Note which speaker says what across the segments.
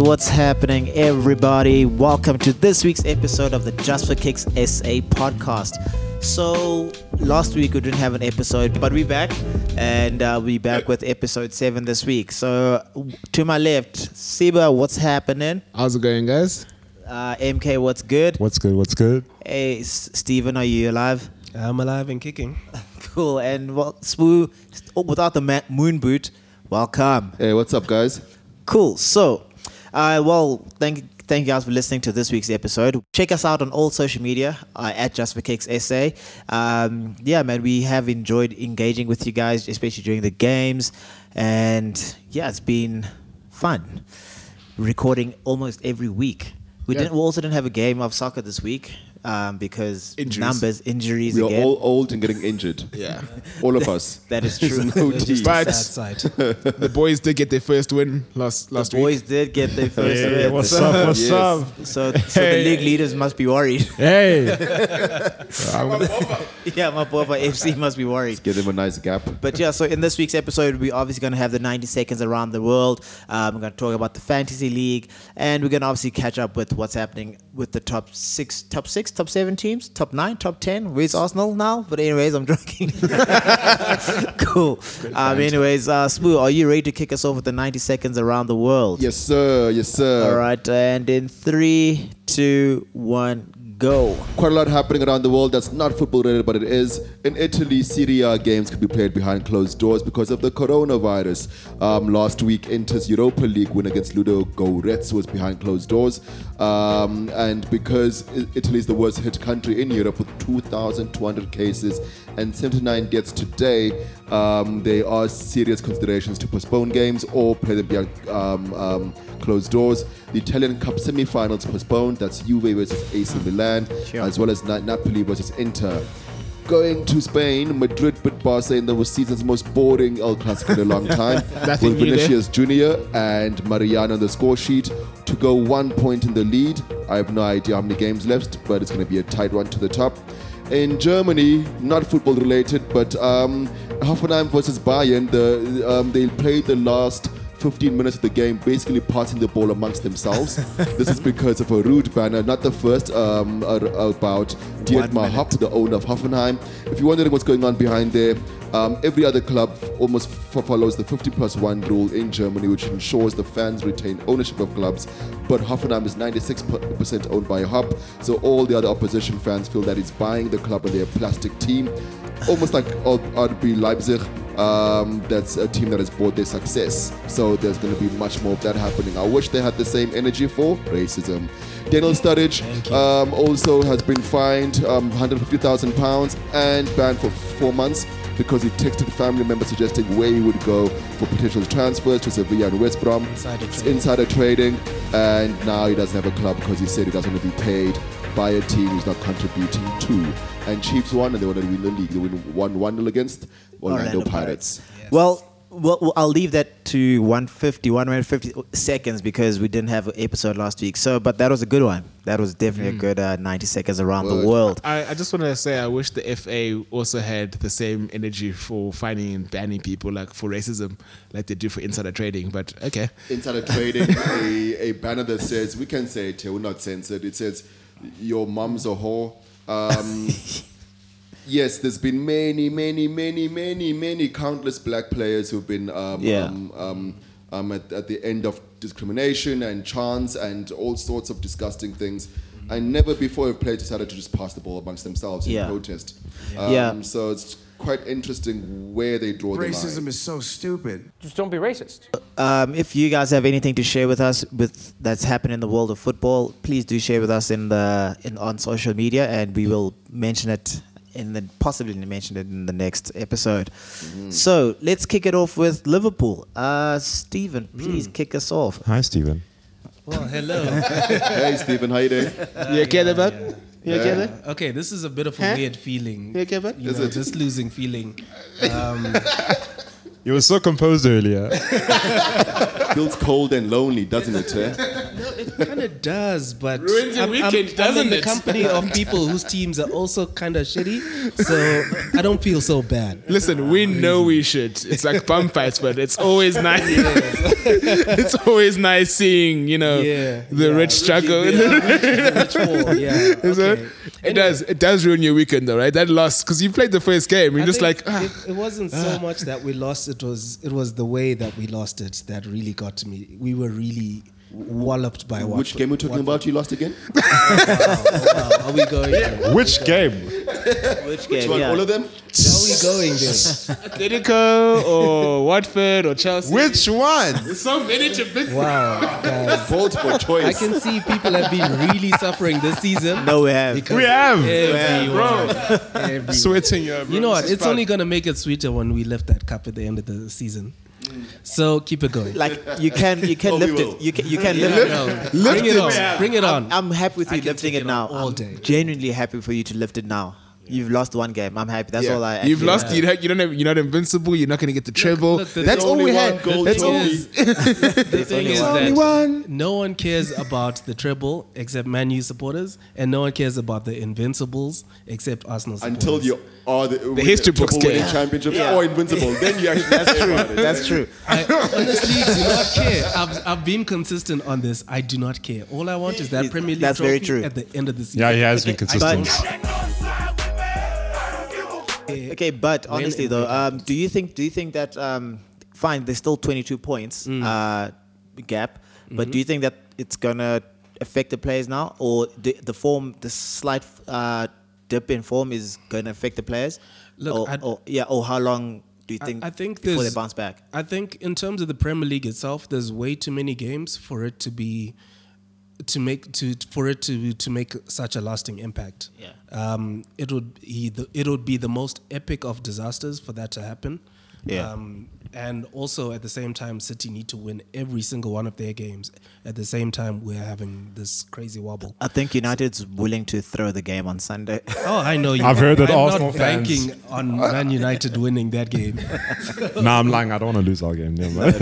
Speaker 1: what's happening, everybody? Welcome to this week's episode of the Just for Kicks SA podcast. So, last week we didn't have an episode, but we're back, and uh, we're back with episode seven this week. So, to my left, Siba, what's happening?
Speaker 2: How's it going, guys?
Speaker 1: Uh, MK, what's good?
Speaker 3: What's good? What's good?
Speaker 1: Hey, S- Steven, are you alive?
Speaker 4: I'm alive and kicking.
Speaker 1: Cool. And well, Spoo, oh, without the ma- moon boot, welcome.
Speaker 2: Hey, what's up, guys?
Speaker 1: Cool. So, uh, well, thank thank you guys for listening to this week's episode. Check us out on all social media uh, at Just for Kicks SA. Um, yeah, man, we have enjoyed engaging with you guys, especially during the games, and yeah, it's been fun recording almost every week. We
Speaker 2: Yeah.
Speaker 1: didn't. We also didn't have a game of soccer this week um, because
Speaker 2: Injuries.
Speaker 1: numbers, injuries
Speaker 5: We are
Speaker 1: again.
Speaker 5: all old and getting injured.
Speaker 2: Yeah.
Speaker 5: All of us.
Speaker 1: that is true.
Speaker 5: No
Speaker 4: It's
Speaker 5: teeth.
Speaker 4: just
Speaker 2: But-
Speaker 4: a sad side.
Speaker 2: the boys did get their first win last last
Speaker 1: the
Speaker 2: week.
Speaker 1: boys did get their first
Speaker 3: Hey,
Speaker 1: red.
Speaker 3: what's up? What's
Speaker 5: Yes.
Speaker 3: up?
Speaker 1: So, so the
Speaker 3: Hey.
Speaker 1: league leaders must be worried.
Speaker 3: Hey,
Speaker 1: yeah, my Boba FC must be worried.
Speaker 5: Give them a nice gap.
Speaker 1: But yeah, so in this week's episode, we're obviously going to have the 90 seconds around the world. Um, we're going to talk about the fantasy league, and we're going to obviously catch up with what's happening with the top six, top six, top seven teams, top nine, top ten. Where's Arsenal now? But anyways, I'm joking. cool. Um, anyways, uh, Smoo, are you ready to kick us off with the 90 seconds around the world?
Speaker 5: Yes, sir. Yes, sir.
Speaker 1: All right, and in three, two, one, go.
Speaker 5: Quite a lot happening around the world that's not football related, but it is. In Italy, Serie A games could be played behind closed doors because of the coronavirus. Um, last week, Inter's Europa League win against Ludo Goretz was behind closed doors. Um, and because I- Italy is the worst hit country in Europe with 2,200 cases and 79 deaths today, um, there are serious considerations to postpone games or play them behind um, um, closed doors. The Italian Cup semi-finals postponed. That's Juve versus AC
Speaker 2: Ah,
Speaker 5: Milan,
Speaker 1: Sure.
Speaker 5: as well as Na- Napoli versus Inter. Going to Spain, Madrid beat Barca in the season's most boring El Clasico in a long time,
Speaker 2: Nothing
Speaker 5: with
Speaker 2: new there.
Speaker 5: Vinicius Junior and Mariano on the score sheet to go one point in the lead. I have no idea how many games left, but it's going to be a tight one to the top. In Germany, not football related, but um, Hoffenheim versus Bayern, the, um, they played the last 15 minutes of the game basically passing the ball amongst themselves. this is because of a rude banner, not the first, um, ar- about Dietmar Hopp, the owner of Hoffenheim. If you're wondering what's going on behind there, um, every other club almost f- follows the 50 plus 1 rule in Germany, which ensures the fans retain ownership of clubs. But Hoffenheim is 96% owned by Hopp, so all the other opposition fans feel that he's buying the club and their plastic team, almost like R- RB Leipzig um, that's a team that has bought their success. So there's going to be much more of that happening. I wish they had the same energy for racism. Daniel Sturridge um, also has been fined um, 150,000 pounds and banned for four months because he texted family members suggesting where he would go for potential transfers to Sevilla and West Brom.
Speaker 4: Insider
Speaker 5: It's
Speaker 4: trading.
Speaker 5: insider trading, and now he doesn't have a club because he said he doesn't want to be paid by a team he's not contributing to. And Chiefs won, and they want to win the league. They win one one nil against Orlando, Pirates.
Speaker 1: Well, well, well, I'll leave that to 150, 150 seconds because we didn't have an episode last week. So, but that was a good one. That was
Speaker 5: Mm.
Speaker 1: definitely a good uh, 90 seconds around the
Speaker 5: Word.
Speaker 1: world.
Speaker 2: I, I just want to say I wish the FA also had the same energy for finding and banning people like for racism, like they do for insider trading. But okay,
Speaker 5: Insider trading, a, a banner that says we can say it here, we're not censored. It says your mom's a whore. Um, yes, there's been many, many, many, many, many countless black players who've been um,
Speaker 1: Yeah.
Speaker 5: um, um, um, at, at the end of discrimination and chance and all sorts of disgusting things. And never before have players decided to just pass the ball amongst themselves in
Speaker 1: Yeah.
Speaker 5: protest.
Speaker 1: Yeah.
Speaker 5: Um, So it's quite interesting where they draw the line.
Speaker 6: Racism is so stupid.
Speaker 7: Just don't be racist.
Speaker 1: Um, if you guys have anything to share with us with that's happened in the world of football, please do share with us in the in on social media, and we will mention it in the possibly mention it in the next episode.
Speaker 5: Mm-hmm.
Speaker 1: So let's kick it off with Liverpool. Uh, Stephen,
Speaker 5: Hmm.
Speaker 1: please kick us off.
Speaker 3: hi Stephen.
Speaker 4: Well, hello.
Speaker 5: hey, Stephen, how you doing?
Speaker 2: you okay, there, bud? You okay, there?
Speaker 4: Okay, this is a bit of a weird feeling.
Speaker 2: You okay, bud?
Speaker 4: You
Speaker 5: Is
Speaker 4: know,
Speaker 5: it?
Speaker 4: just losing feeling.
Speaker 3: You were so composed earlier.
Speaker 5: feels cold and lonely, doesn't it? eh?
Speaker 4: No, it, kind of does, but
Speaker 2: Ruins your
Speaker 4: I'm, I'm-
Speaker 2: weekend,
Speaker 4: I'm
Speaker 2: doesn't
Speaker 4: in the
Speaker 2: it?
Speaker 4: company of people whose teams are also kind of shitty, so I don't feel so bad.
Speaker 2: Listen, we know we should. It's like bum fights, but it's always nice. it's always nice seeing, you know,
Speaker 4: Yeah,
Speaker 2: the
Speaker 4: yeah,
Speaker 2: rich struggle.
Speaker 4: Which war? Yeah,
Speaker 2: So,
Speaker 4: okay.
Speaker 2: It does. It does ruin your weekend, though, right? That loss because you played the first game. You're
Speaker 4: I
Speaker 2: just
Speaker 4: think
Speaker 2: like, ah,
Speaker 4: it, it wasn't so much that we lost. It was it was the way that we lost it that really got to me. We were really walloped by Watford.
Speaker 5: Which game we're talking about? You lost again?
Speaker 4: Watford. Are we going? There?
Speaker 3: Which game?
Speaker 1: Which game?
Speaker 5: Well,
Speaker 1: yeah.
Speaker 5: All of them?
Speaker 4: Are we going there?
Speaker 2: Atletico or Watford or Chelsea.
Speaker 3: Which one?
Speaker 2: so many to pick.
Speaker 4: Wow, guys.
Speaker 5: Vote for
Speaker 4: I
Speaker 5: choice.
Speaker 4: can see people have been really suffering this season.
Speaker 1: No, we have.
Speaker 4: Because
Speaker 3: We have.
Speaker 4: everyone, everyone.
Speaker 3: Sweating your
Speaker 4: You know what? It's only gonna make it sweeter when we lift that cup at the end of the season. So keep it going.
Speaker 1: like you can you can
Speaker 5: Oh, we
Speaker 1: lift
Speaker 5: will.
Speaker 1: it. You can you can lift it.
Speaker 4: No, bring it on. Bring it on.
Speaker 1: I'm happy with you lifting it, now.
Speaker 4: all
Speaker 1: I'm
Speaker 4: day.
Speaker 1: genuinely happy for you to lift it now. You've lost one game. I'm happy. That's all I.
Speaker 2: You've
Speaker 1: actually- uh,
Speaker 2: lost. You don't, you don't have. You're not invincible. You're not going to get the treble.
Speaker 4: look, there's
Speaker 2: That's all
Speaker 5: only
Speaker 2: we
Speaker 5: one
Speaker 2: had.
Speaker 5: goal
Speaker 2: That's
Speaker 5: to
Speaker 2: all.
Speaker 5: win.
Speaker 4: Is- the thing is that
Speaker 2: one.
Speaker 4: no one cares about the treble except Man U supporters, and no one cares about the Invincibles except Arsenal supporters.
Speaker 5: Until you are the, the
Speaker 2: history books get
Speaker 5: winning
Speaker 2: it.
Speaker 5: championships or invincible. then you actually That's true.
Speaker 1: That's true.
Speaker 4: I honestly do not care. I've, I've been consistent on this. I do not care. All I want is that Premier League
Speaker 1: That's
Speaker 4: trophy
Speaker 1: very true.
Speaker 4: at the end of the season.
Speaker 3: Yeah, he has been consistent.
Speaker 1: Okay, but honestly though, um, do you think do you think that um, fine? There's still 22 points
Speaker 4: Mm.
Speaker 1: uh, gap, but do you think that it's gonna affect the players now, or the, the form, the slight uh, dip in form is gonna affect the players?
Speaker 4: Look,
Speaker 1: or,
Speaker 4: I-
Speaker 1: or- yeah, or how long do you think?
Speaker 4: I think
Speaker 1: before they
Speaker 4: there's-
Speaker 1: bounce back.
Speaker 4: I think in terms of the Premier League itself, there's way too many games for it to be to make to for it to to make such a lasting impact.
Speaker 1: Yeah.
Speaker 4: Um, it would he the, it would be the most epic of disasters for that to happen.
Speaker 1: Yeah.
Speaker 4: Um, and also at the same time, City need to win every single one of their games. At the same time, we're having this crazy wobble.
Speaker 1: I think United's willing to throw the game on Sunday.
Speaker 4: Oh, I know you.
Speaker 3: I've heard that
Speaker 4: I'm
Speaker 3: Arsenal
Speaker 4: not
Speaker 3: fans-
Speaker 4: banking on Man United winning that game.
Speaker 3: Nah, I'm lying. I don't want to lose our game. Never mind.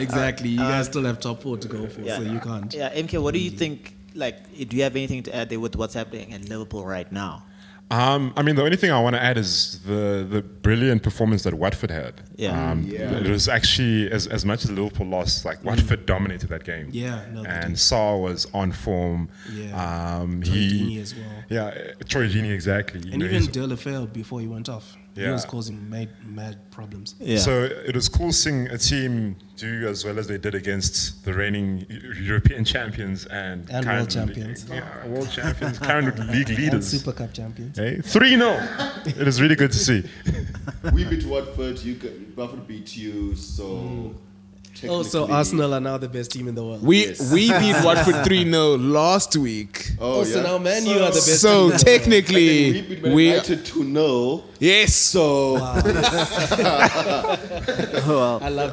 Speaker 4: exactly. You guys still have top four to go for,
Speaker 1: Uh, Yeah.
Speaker 4: so you can't.
Speaker 1: yeah, MK, what do you think? Like, do you have anything to add there with what's happening at Liverpool right now?
Speaker 3: um, I mean, the only thing I want to add is the, the brilliant performance that Watford had.
Speaker 1: Yeah.
Speaker 3: Um, It was actually, as, as much as Liverpool lost, like Watford dominated that game.
Speaker 4: Yeah, no, they
Speaker 3: and Saar was on form.
Speaker 4: Yeah.
Speaker 3: Um,
Speaker 4: Troy
Speaker 3: he,
Speaker 4: Deeney as well.
Speaker 3: Yeah, uh, Troy Deeney, exactly. You
Speaker 4: And
Speaker 3: know,
Speaker 4: even
Speaker 3: he's-
Speaker 4: De La Feu before he went off, he
Speaker 3: Yeah.
Speaker 4: was causing mad, mad problems.
Speaker 1: Yeah.
Speaker 3: So it was cool seeing a team do as well as they did against the reigning Eu- European champions and,
Speaker 4: And
Speaker 3: current
Speaker 4: world champions.
Speaker 3: yeah, world champions, current league
Speaker 4: And
Speaker 3: leaders.
Speaker 4: Super Cup champions.
Speaker 3: Hey, 3 0. It is really good to see.
Speaker 5: we beat Watford, you g- Watford beat you, so.
Speaker 4: Oh, so
Speaker 5: technically-
Speaker 4: Arsenal are now the best team in the world.
Speaker 2: We we beat Watford three 0 last week.
Speaker 5: Oh,
Speaker 4: also
Speaker 5: yeah.
Speaker 4: now Man U are the best.
Speaker 2: So
Speaker 4: team in the world.
Speaker 5: We
Speaker 2: technically,
Speaker 5: beat Man
Speaker 2: we
Speaker 5: United 2 0.
Speaker 2: yes.
Speaker 5: So.
Speaker 4: I love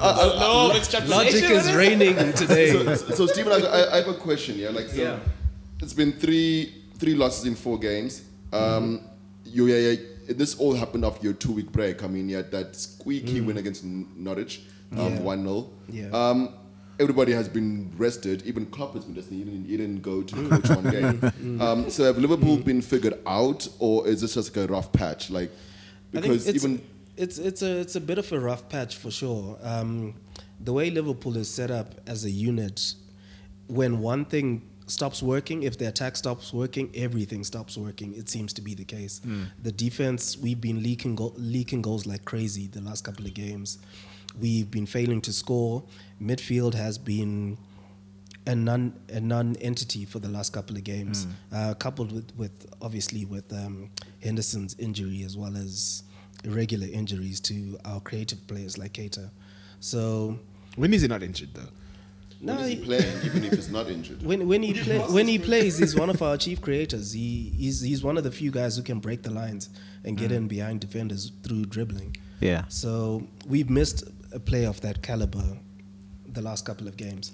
Speaker 4: that.
Speaker 2: no,
Speaker 4: Logic is raining today.
Speaker 5: so Stephen, I, I- I have a question. Yeah, like so, it's been three three losses in four games. Um, you, yeah, yeah, this all happened after your two week break. I mean, you had that squeaky win against N- Norwich, um,
Speaker 4: Mm. Yeah.
Speaker 5: one 0
Speaker 4: Yeah.
Speaker 5: Um, everybody has been rested. Even Klopp has been rested. He didn't, he didn't go to coach one
Speaker 4: Mm.
Speaker 5: game. Um, so have Liverpool been figured out, or is this just like a rough patch? Like
Speaker 4: I think
Speaker 5: because
Speaker 4: it's,
Speaker 5: even
Speaker 4: it's it's a it's a bit of a rough patch for sure. Um, the way Liverpool is set up as a unit, when one thing stops working, if the attack stops working, everything stops working. It seems to be the case.
Speaker 5: Hmm.
Speaker 4: The defense, we've been leaking go- leaking goals like crazy the last couple of games. We've been failing to score. Midfield has been a non a non-entity for the last couple of games, uh, coupled with, with obviously with um, Henderson's injury as well as irregular injuries to our creative players like Cater. So
Speaker 2: When is he not injured though?
Speaker 4: no,
Speaker 5: is he
Speaker 4: he-
Speaker 5: playing, even if he's not injured.
Speaker 4: when when he play, when he plays, he's one of our chief creators. He he's, he's one of the few guys who can break the lines and get in behind defenders through dribbling.
Speaker 1: Yeah.
Speaker 4: So we've missed a player of that caliber the last couple of games.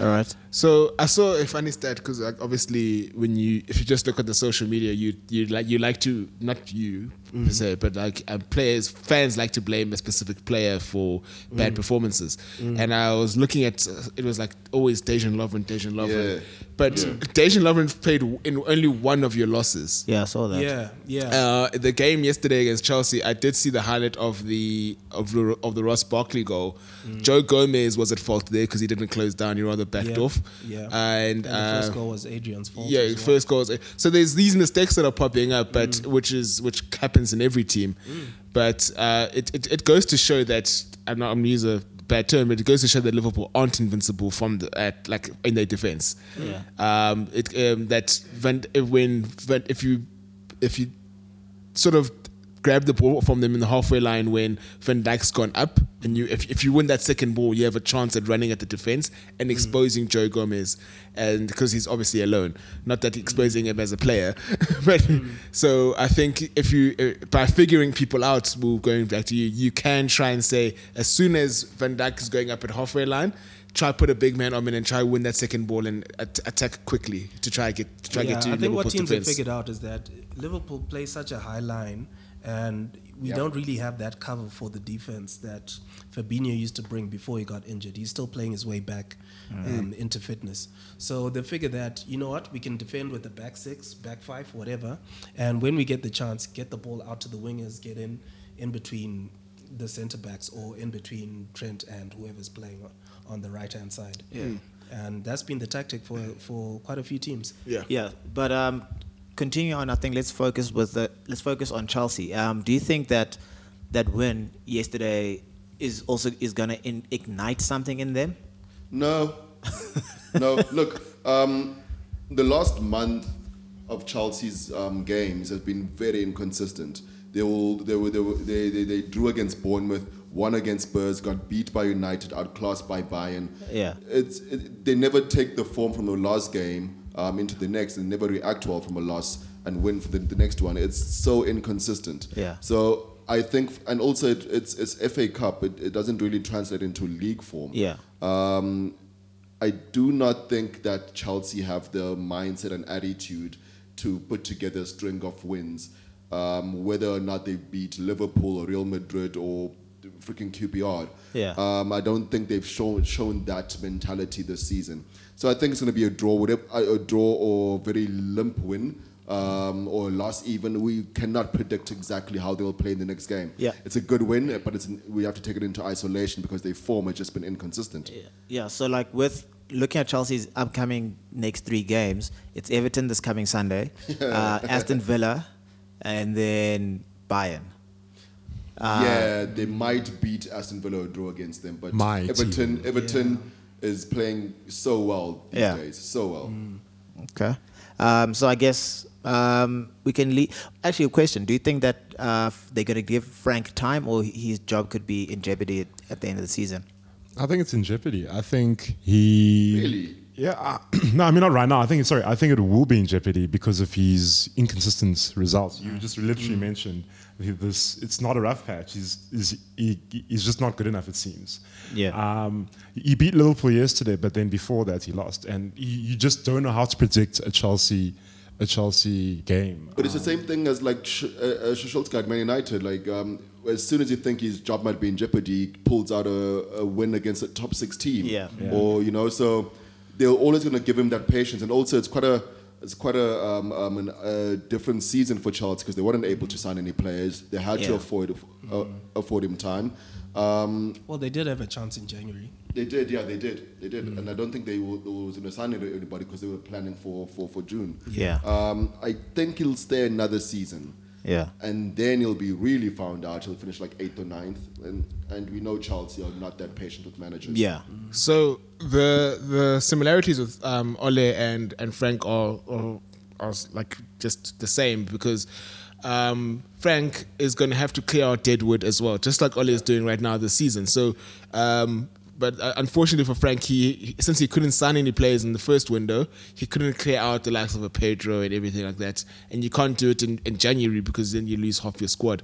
Speaker 1: All right.
Speaker 2: So I saw a funny stat because like, obviously when you if you just look at the social media you you like you like to not you per se, but like and players, fans like to blame a specific player for bad performances. And I was looking at uh, it was like always Dejan Lovren, Dejan Lovren,
Speaker 5: Yeah.
Speaker 2: but Dejan Lovren played in only one of your losses.
Speaker 1: Yeah, I saw that.
Speaker 4: Yeah, yeah.
Speaker 2: Uh, the game yesterday against Chelsea, I did see the highlight of the of the, of the Ross Barkley goal. Joe Gomez was at fault there because he didn't close down; he rather backed
Speaker 4: Mm. Yeah,
Speaker 2: off.
Speaker 4: yeah.
Speaker 2: and,
Speaker 4: and
Speaker 2: uh,
Speaker 4: the first goal was Adrian's fault.
Speaker 2: yeah,
Speaker 4: as well. Mm.
Speaker 2: first goals. So there's these mistakes that are popping up, but which is which happens in every team. But uh, it, it it goes to show that I'm not I'm gonna use a bad term, but it goes to show that Liverpool aren't invincible from the at like in their defense.
Speaker 1: Yeah.
Speaker 2: Um, it um, that when if- when when- if you if you sort of grab the ball from them in the halfway line when Van Dijk's gone up, and you if, if you win that second ball, you have a chance at running at the defense and
Speaker 4: Mm.
Speaker 2: exposing Joe Gomez, and because he's obviously alone, not that exposing him as a player, but
Speaker 4: Mm.
Speaker 2: so I think if you uh, by figuring people out, we going back to you, you can try and say as soon as Van Dijk is going up at halfway line. Try put a big man on him and try win that second ball and at- attack quickly to try get to try
Speaker 4: yeah,
Speaker 2: get to
Speaker 4: I think what
Speaker 2: Liverpool's
Speaker 4: teams
Speaker 2: defense.
Speaker 4: have figured out is that Liverpool plays such a high line, and we
Speaker 5: Yeah.
Speaker 4: don't really have that cover for the defense that Fabinho used to bring before he got injured. He's still playing his way back um, into fitness. So they figure that you know what we can defend with the back six, back five, whatever, and when we get the chance, get the ball out to the wingers, get in in between the centre backs or in between Trent and whoever's playing on the right hand side. Yeah. And that's been the tactic for, for quite a few teams.
Speaker 2: yeah.
Speaker 1: Yeah, but um, continue on. I think let's focus with the let's focus on Chelsea. Um, do you think that that win yesterday is also is gonna in, ignite something in them?
Speaker 5: No. no. Look, um, the last month of Chelsea's um, games has been very inconsistent. They all they were, they, were they, they they drew against Bournemouth, won against Spurs, got beat by United, outclassed by Bayern.
Speaker 1: Yeah.
Speaker 5: It's it, they never take the form from the last game um, into the next, and never react well from a loss and win for the, the next one. It's so inconsistent.
Speaker 1: Yeah.
Speaker 5: So I think, and also it, it's it's FA Cup. It, it doesn't really translate into league form.
Speaker 1: Yeah,
Speaker 5: I do not think that Chelsea have the mindset and attitude to put together a string of wins. Um, whether or not they beat Liverpool or Real Madrid or freaking QPR,
Speaker 1: Yeah.
Speaker 5: um, I don't think they've shown shown that mentality this season. So I think it's going to be a draw, whatever a a draw or very limp win um, or a loss. Even we cannot predict exactly how they will play in the next game.
Speaker 1: Yeah.
Speaker 5: it's a good win, but it's we have to take it into isolation because their form has just been inconsistent.
Speaker 1: yeah. So like with looking at Chelsea's upcoming next three games, it's Everton this coming Sunday, uh, Aston Villa, and then Bayern. Uh,
Speaker 5: yeah, they might beat Aston Villa or draw against them, but
Speaker 2: My
Speaker 5: Everton Everton is playing so well these
Speaker 1: Yeah. Mm.
Speaker 5: days, so well.
Speaker 1: Okay. Um, so I guess um, we can leave. Actually, a question: Do you think that uh, f- they're going to give Frank time, or his job could be in jeopardy at, at the end of the season?
Speaker 6: I think it's in jeopardy. I think he.
Speaker 5: Really?
Speaker 6: Yeah. Uh, no, I mean, not right now. I think, sorry, I think it will be in jeopardy because of his inconsistent results. You just literally mentioned this. It's not a rough patch. He's, he's, he, he's just not good enough, it seems.
Speaker 1: Yeah.
Speaker 6: Um, he beat Liverpool yesterday, but then before that, he lost. And you, you just don't know how to predict a Chelsea. A Chelsea game,
Speaker 5: But it's the same thing as like Sh- uh, uh, Schultzka at Man United. Like um, as soon as you think his job might be in jeopardy, he pulls out a, a win against a top six team.
Speaker 1: Yeah.
Speaker 5: Or you know, so they're always going to give him that patience. And also, it's quite a it's quite a um, um, an, a different season for Chelsea because they weren't able to sign any players. They had to
Speaker 1: Yeah. Mm.
Speaker 5: afford uh, afford him time. Um,
Speaker 4: Well, they did have a chance in January.
Speaker 5: They did, yeah, they did, they did, and I don't think they were, they was going to sign any- anybody because they were planning for for for June.
Speaker 1: Yeah.
Speaker 5: Um, I think he'll stay another season,
Speaker 1: Yeah.
Speaker 5: and then he'll be really found out. He'll finish like eighth or ninth, and and we know Chelsea are not that patient with managers.
Speaker 1: Yeah.
Speaker 2: So the the similarities with um, Ole and and Frank are, are are s- like just the same because um, Frank is going to have to clear out deadwood as well, just like Ole is doing right now this season. So. Um, but uh, unfortunately for Frank, he, he- since he couldn't sign any players in the first window, he couldn't clear out the likes of a Pedro and everything like that. And you can't do it in, in January because then you lose half your squad.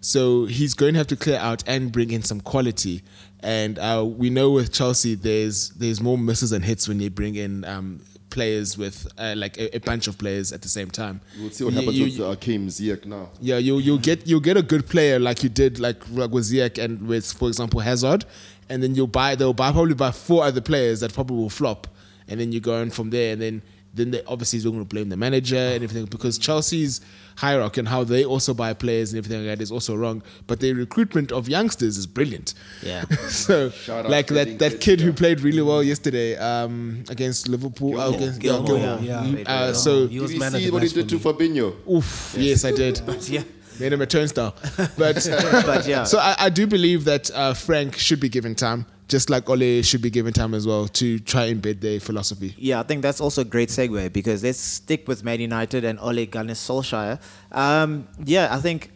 Speaker 2: So he's going to have to clear out and bring in some quality. And uh, we know with Chelsea, there's there's more misses and hits when you bring in um, players with uh, like a, a bunch of players at the same time.
Speaker 5: We'll see what
Speaker 2: You-
Speaker 5: happens
Speaker 2: you-
Speaker 5: with uh, Kim Ziyech now.
Speaker 2: yeah, you you get you get a good player like you did like, like with Ziyech and with for example Hazard, and then you'll buy they'll buy probably buy four other players that probably will flop, and then you go in from there, and then then they obviously is going to blame the manager and everything because Chelsea's hierarchy and how they also buy players and everything like that is also wrong. But their recruitment of youngsters is brilliant.
Speaker 1: Yeah.
Speaker 2: so
Speaker 5: Shout out
Speaker 2: like
Speaker 5: to
Speaker 2: that
Speaker 5: Dean
Speaker 2: that kid who
Speaker 5: Kudzia.
Speaker 2: played really well yesterday um, against Liverpool. uh, against,
Speaker 1: Gilmour,
Speaker 2: Gilmour.
Speaker 1: yeah.
Speaker 2: Mm,
Speaker 1: Yeah.
Speaker 2: Uh, so
Speaker 4: He
Speaker 5: Did
Speaker 4: was
Speaker 5: you
Speaker 4: man of
Speaker 5: see
Speaker 4: the
Speaker 5: what he
Speaker 4: match
Speaker 5: did
Speaker 4: for
Speaker 5: to
Speaker 4: me.
Speaker 5: Fabinho?
Speaker 2: Oof. Yes, I did.
Speaker 1: yeah,
Speaker 2: Made him a turnstile. But,
Speaker 1: But yeah.
Speaker 2: So I, I do believe that uh, Frank should be given time, just like Ole should be given time as well to try and embed their philosophy.
Speaker 1: yeah, I think that's also a great segue because let's stick with Man United and Ole Gunnar Solskjaer. Um, yeah, I think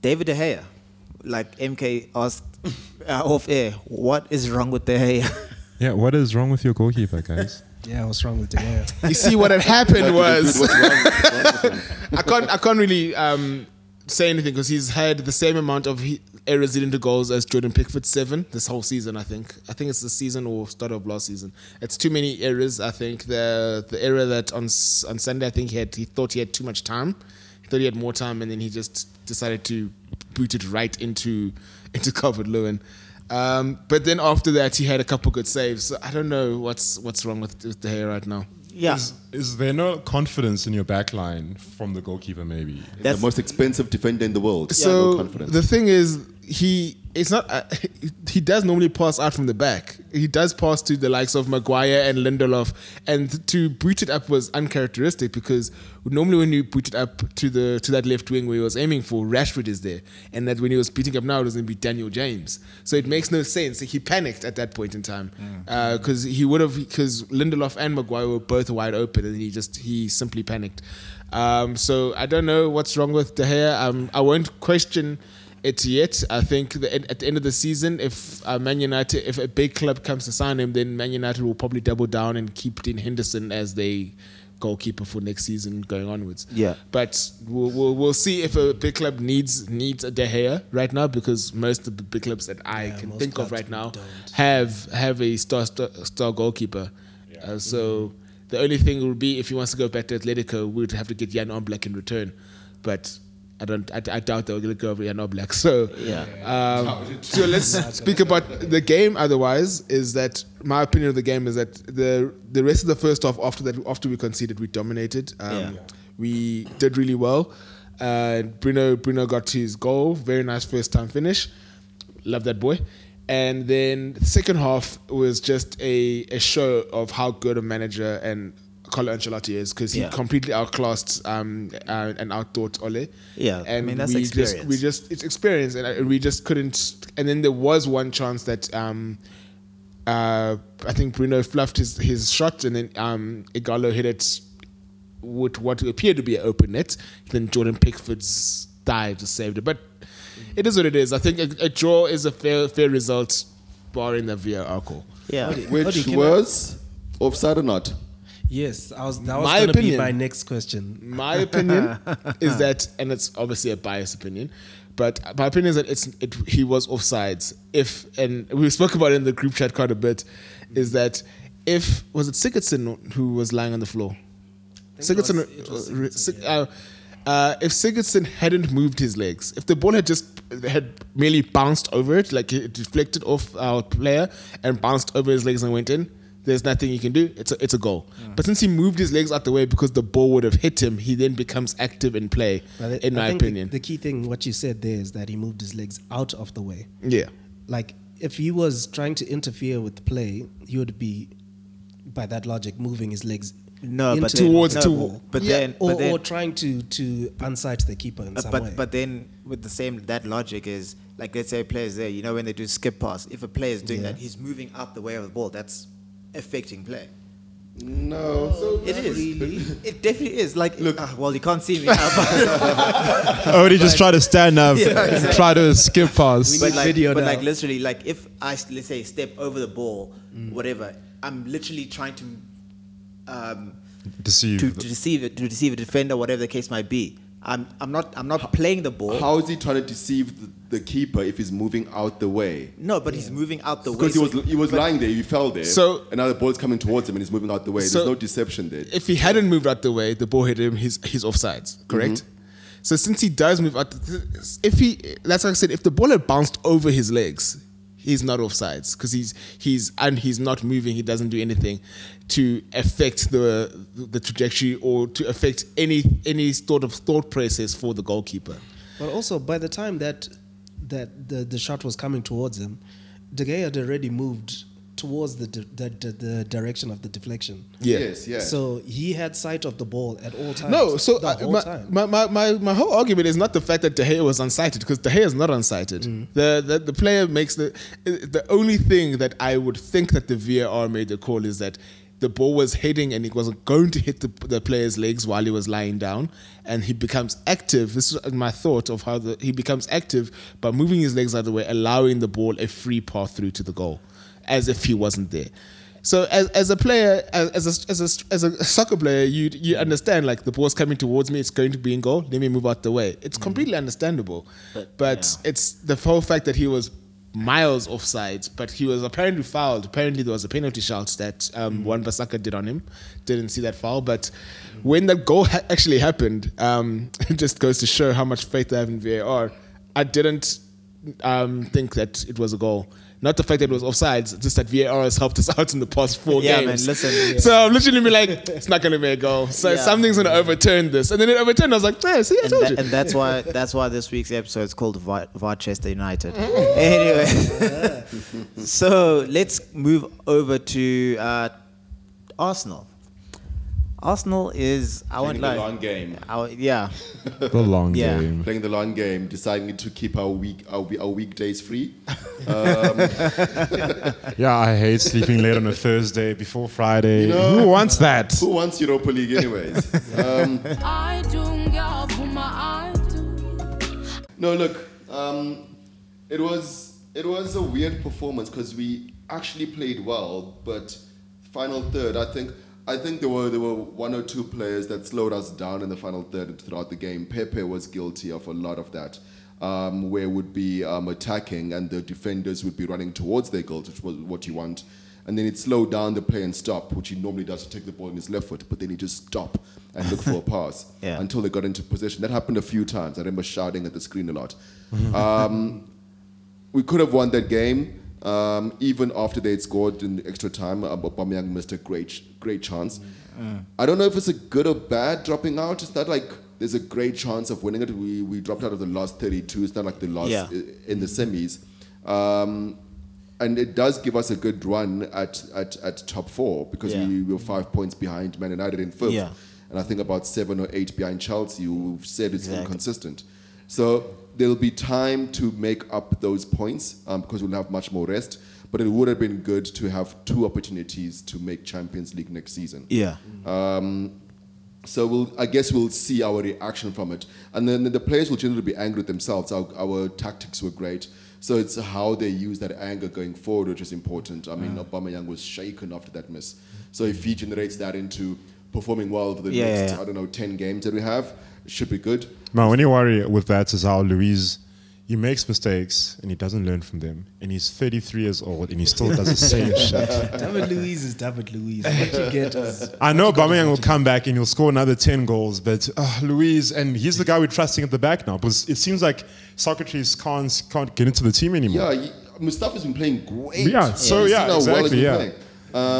Speaker 1: David De Gea, like MK asked uh, off air, what is wrong with De Gea?
Speaker 6: Yeah, what is wrong with your goalkeeper, guys?
Speaker 4: Yeah, what's wrong with De Gea?
Speaker 2: You see, what had happened was
Speaker 5: What's wrong with him?
Speaker 2: I can't I can't really um, say anything because he's had the same amount of he, errors leading to goals as Jordan Pickford seven this whole season. I think I think it's the season or start of last season. It's too many errors. I think the the error that on S- on Sunday I think he had he thought he had too much time, he thought he had more time, and then he just decided to boot it right into into Calvert Lewin. Um, but then after that, he had a couple good saves. So I don't know what's what's wrong with, with De Gea right now.
Speaker 1: yeah,
Speaker 6: Is, is there no confidence in your back line from the goalkeeper, maybe?
Speaker 1: that's
Speaker 5: the most expensive defender in the world.
Speaker 2: So
Speaker 5: no confidence.
Speaker 2: the thing is, he it's not uh, he does normally pass out from the back. He does pass to the likes of Maguire and Lindelof, and to boot it up was uncharacteristic because normally when you boot it up to the to that left wing where he was aiming for, Rashford is there, and that when he was beating up now, it was going to be Daniel James. So it makes no sense. He panicked at that point in time because he would have because Lindelof and Maguire were both wide open, and he just he simply panicked. Um, so I don't know what's wrong with De Gea. Um, I won't question it yet. I think the, at at the end of the season, if uh, Man United, if a big club comes to sign him, then Man United will probably double down and keep Dean Henderson as they goalkeeper for next season going onwards.
Speaker 1: Yeah.
Speaker 2: But we'll, we'll, we'll see if a big club needs needs a De Gea right now because most of the big clubs that I can
Speaker 4: most
Speaker 2: think of
Speaker 4: clubs
Speaker 2: right now
Speaker 4: don't.
Speaker 2: have have a star star, star goalkeeper. Uh, so the only thing would be if he wants to go back to Atletico, we'd have to get Jan Oblak in return. But I don't. I, I doubt they're going to go over Jan Oblak. So
Speaker 1: Yeah.
Speaker 2: Um, so let's speak about the game. Otherwise, is that my opinion of the game is that the the rest of the first half after that after we conceded, we dominated. Um,
Speaker 1: Yeah.
Speaker 2: we did really well. Uh, Bruno Bruno got his goal. Very nice first time finish. Love that boy. And then the second half was just a, a show of how good a manager and Carlo Ancelotti is because he
Speaker 1: Yeah.
Speaker 2: completely outclassed um, uh, and outthought Ole.
Speaker 1: Yeah, I
Speaker 2: and
Speaker 1: mean, that's
Speaker 2: we just
Speaker 1: experience.
Speaker 2: we just it's experience, and I- we just couldn't. And then there was one chance that um, uh, I think Bruno fluffed his, his shot, and then um, Igalo hit it with what appeared to be an open net. Then Jordan Pickford's dive just saved it. But it is what it is. I think a, a draw is a fair fair result, barring the VAR call.
Speaker 1: yeah.
Speaker 5: Which
Speaker 4: Odi, can I-
Speaker 5: was offside or not?
Speaker 4: yes, I was. That was
Speaker 2: My
Speaker 4: going to be
Speaker 2: opinion.
Speaker 4: my next question.
Speaker 2: My opinion is that, and it's obviously a biased opinion, but my opinion is that it's it, he was offsides. If and we spoke about it in the group chat quite a bit, is that if was it Sigurdsson who was lying on the floor?
Speaker 4: think it was-
Speaker 2: Sigurdsson,
Speaker 4: it was
Speaker 2: uh, Sig- uh, uh, if Sigurdsson hadn't moved his legs, if the ball had just had merely bounced over it, like it deflected off our player and bounced over his legs and went in, there's nothing you can do. It's a, it's a goal. But since he moved his legs out the way because the ball would have hit him, he then becomes active in play,
Speaker 4: But I-
Speaker 2: in
Speaker 4: I
Speaker 2: my
Speaker 4: think the-
Speaker 2: opinion.
Speaker 4: the key thing what you said there is that he moved his legs out of the way.
Speaker 2: yeah.
Speaker 4: like if he was trying to interfere with play, he would be, by that logic, moving his legs.
Speaker 1: No, but
Speaker 4: into
Speaker 1: then-
Speaker 2: Towards-
Speaker 1: no,
Speaker 2: to-
Speaker 1: but
Speaker 4: Yeah,
Speaker 1: then,
Speaker 4: or,
Speaker 1: but then,
Speaker 4: or trying to to unsight the keeper in
Speaker 1: Uh,
Speaker 4: some
Speaker 1: but
Speaker 4: way.
Speaker 1: but then with the same that logic is like let's say a player's there, you know when they do skip pass, if a player is doing that, he's moving out the way of the ball. That's affecting play.
Speaker 5: No. So
Speaker 1: It is. It definitely is. Like look, well you can't see me now, but,
Speaker 6: Already Oh, just try to stand up,
Speaker 1: Yeah, exactly.
Speaker 6: try to skip past.
Speaker 1: but like
Speaker 4: video
Speaker 1: but
Speaker 4: now.
Speaker 1: like literally like if I s- let's say step over the ball, whatever, I'm literally trying to um
Speaker 6: Deceive.
Speaker 1: to, to deceive it to deceive a defender, whatever the case might be. I'm I'm not I'm not playing the ball.
Speaker 5: how is he trying to deceive the, the keeper if he's moving out the way.
Speaker 1: No, but he's moving out the way.
Speaker 5: Because he
Speaker 1: so-
Speaker 5: was he was lying there, he fell there.
Speaker 2: So-
Speaker 5: and now the ball's coming towards him and he's moving out the way.
Speaker 2: So-
Speaker 5: There's no deception there.
Speaker 2: if he hadn't moved out the way, the ball hit him. He's he's offsides, correct? So since he does move out, the, if he that's like I said, if the ball had bounced over his legs, he's not offsides because he's he's and he's not moving. He doesn't do anything to affect the the trajectory or to affect any any sort of thought process for the goalkeeper.
Speaker 4: But also, by the time that that the, the shot was coming towards him, De Gea had already moved towards the di- the, the, the direction of the deflection.
Speaker 2: Yeah.
Speaker 5: Yes, yeah.
Speaker 4: So he had sight of the ball at all times.
Speaker 2: No, so
Speaker 4: the
Speaker 2: uh,
Speaker 4: whole
Speaker 2: my,
Speaker 4: time.
Speaker 2: My, my, my, my whole argument is not the fact that De Gea was unsighted because De Gea is not unsighted.
Speaker 4: Mm.
Speaker 2: The, the the player makes the the only thing that I would think that the VAR made the call is that the ball was heading and it wasn't going to hit the, the player's legs while he was lying down and he becomes active this is my thought of how the, he becomes active by moving his legs out of the way allowing the ball a free path through to the goal as if he wasn't there. So as, as a player, as, as, a, as, a, as a soccer player, you you understand like the ball's coming towards me, it's going to be in goal. Let me move out the way. It's completely understandable, but, it's the whole fact that he was miles offsides, but he was apparently fouled. Apparently there was a penalty shout that um, Juan Basaka did on him. Didn't see that foul, but when that goal ha- actually happened, um, it just goes to show how much faith I have in VAR. I didn't um, think that it was a goal. Not the fact that it was offsides, just that VAR has helped us out in the past four
Speaker 1: Yeah, man,
Speaker 2: games.
Speaker 1: listen, yeah.
Speaker 2: So I'm literally be like, it's not going to be a goal. So
Speaker 1: Yeah.
Speaker 2: something's going to overturn this. And then it overturned. I was like, yeah, see, I
Speaker 1: and,
Speaker 2: told
Speaker 1: tha-
Speaker 2: you.
Speaker 1: and that's why that's why this week's episode is called Va- Varchester United. anyway, so let's move over to uh, Arsenal. Arsenal is I won't
Speaker 5: Playing the
Speaker 1: lie.
Speaker 5: long game.
Speaker 1: I won't- yeah,
Speaker 6: The long
Speaker 1: Yeah.
Speaker 6: game.
Speaker 5: Playing the long game, deciding to keep our week our, we- our weekdays free.
Speaker 6: Yeah, I hate sleeping late on a Thursday before Friday. Who wants that?
Speaker 5: Who wants Europa League anyways?
Speaker 7: I do ngiyavuma, I do.
Speaker 5: No, look, um, it was it was a weird performance because we actually played well, but final third, I think I think there were there were one or two players that slowed us down in the final third throughout the game. Pepe was guilty of a lot of that. Um, where would be um, attacking and the defenders would be running towards their goals, which was what you want. And then it slowed down the play and stop, which he normally does to take the ball in his left foot, but then he just stop and look for a pass
Speaker 1: Yeah.
Speaker 5: until they got into possession. That happened a few times. I remember shouting at the screen a lot we could have won that game. Um, even after they'd scored in extra time, Ab- Aubameyang missed a great, great chance. I don't know if it's a good or bad dropping out. It's not like there's a great chance of winning it. We we dropped out of the last 32. It's not like the last
Speaker 1: Yeah.
Speaker 5: in the semis. Um, and it does give us a good run at at, at top four because
Speaker 1: Yeah.
Speaker 5: we were five points behind Man United in fifth,
Speaker 1: Yeah.
Speaker 5: and I think about seven or eight behind Chelsea. Who've said it's
Speaker 1: Exactly.
Speaker 5: inconsistent. So there'll be time to make up those points um, because we'll have much more rest. But it would have been good to have two opportunities to make Champions League next season.
Speaker 1: yeah,
Speaker 5: So we'll, I guess we'll see our reaction from it, and then the players will generally be angry with themselves. Our, our tactics were great, so it's how they use that anger going forward which is important. I mean, Obama Young was shaken after that miss, so if he generates that into performing well for the
Speaker 1: Yeah,
Speaker 5: next,
Speaker 1: yeah, yeah.
Speaker 5: I don't know, ten games that we have, it should be good.
Speaker 6: Man, when you worry with that is how Louise, he makes mistakes and he doesn't learn from them. And he's 33 years old and he still does the same shit.
Speaker 4: David Luiz is David Luiz. What you get is
Speaker 6: I know Aubameyang will come back and he'll score another 10 goals, but uh, Louise, and he's the guy we're trusting at the back now because it seems like Socrates can't, can't get into the team anymore.
Speaker 5: Yeah, he- Mustafa's been playing great.
Speaker 6: Yeah, so
Speaker 5: You've
Speaker 6: yeah,
Speaker 5: seen how well he's
Speaker 6: exactly,
Speaker 5: been
Speaker 6: yeah.
Speaker 5: playing.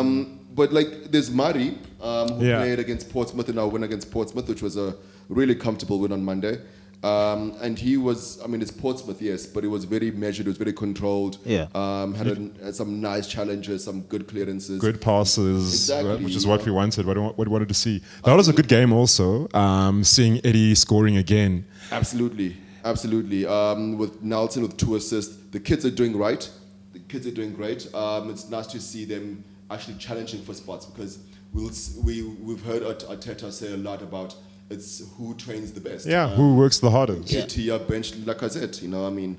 Speaker 5: Um, but like, there's Mari um, who
Speaker 6: Yeah.
Speaker 5: played against Portsmouth and our win against Portsmouth, which was a really comfortable win on Monday. Um, and he was, I mean, it's Portsmouth, yes, but it was very measured, it was very controlled.
Speaker 1: Yeah.
Speaker 5: Um, had, a, had some nice challenges, some good clearances.
Speaker 6: good passes,
Speaker 5: Exactly,
Speaker 6: which is
Speaker 5: yeah.
Speaker 6: what we wanted, what what we wanted to see. That was a good game, also. Um, seeing Eddie scoring again.
Speaker 5: Absolutely, absolutely. Um, with Nelson with two assists, the kids are doing right. The kids are doing great. Um, it's nice to see them actually challenging for spots because we'll, s- we we've heard Art- Arteta say a lot about it's who trains the best.
Speaker 6: Yeah, who works the hardest?
Speaker 5: Get to your bench Lacazette. You know, I mean,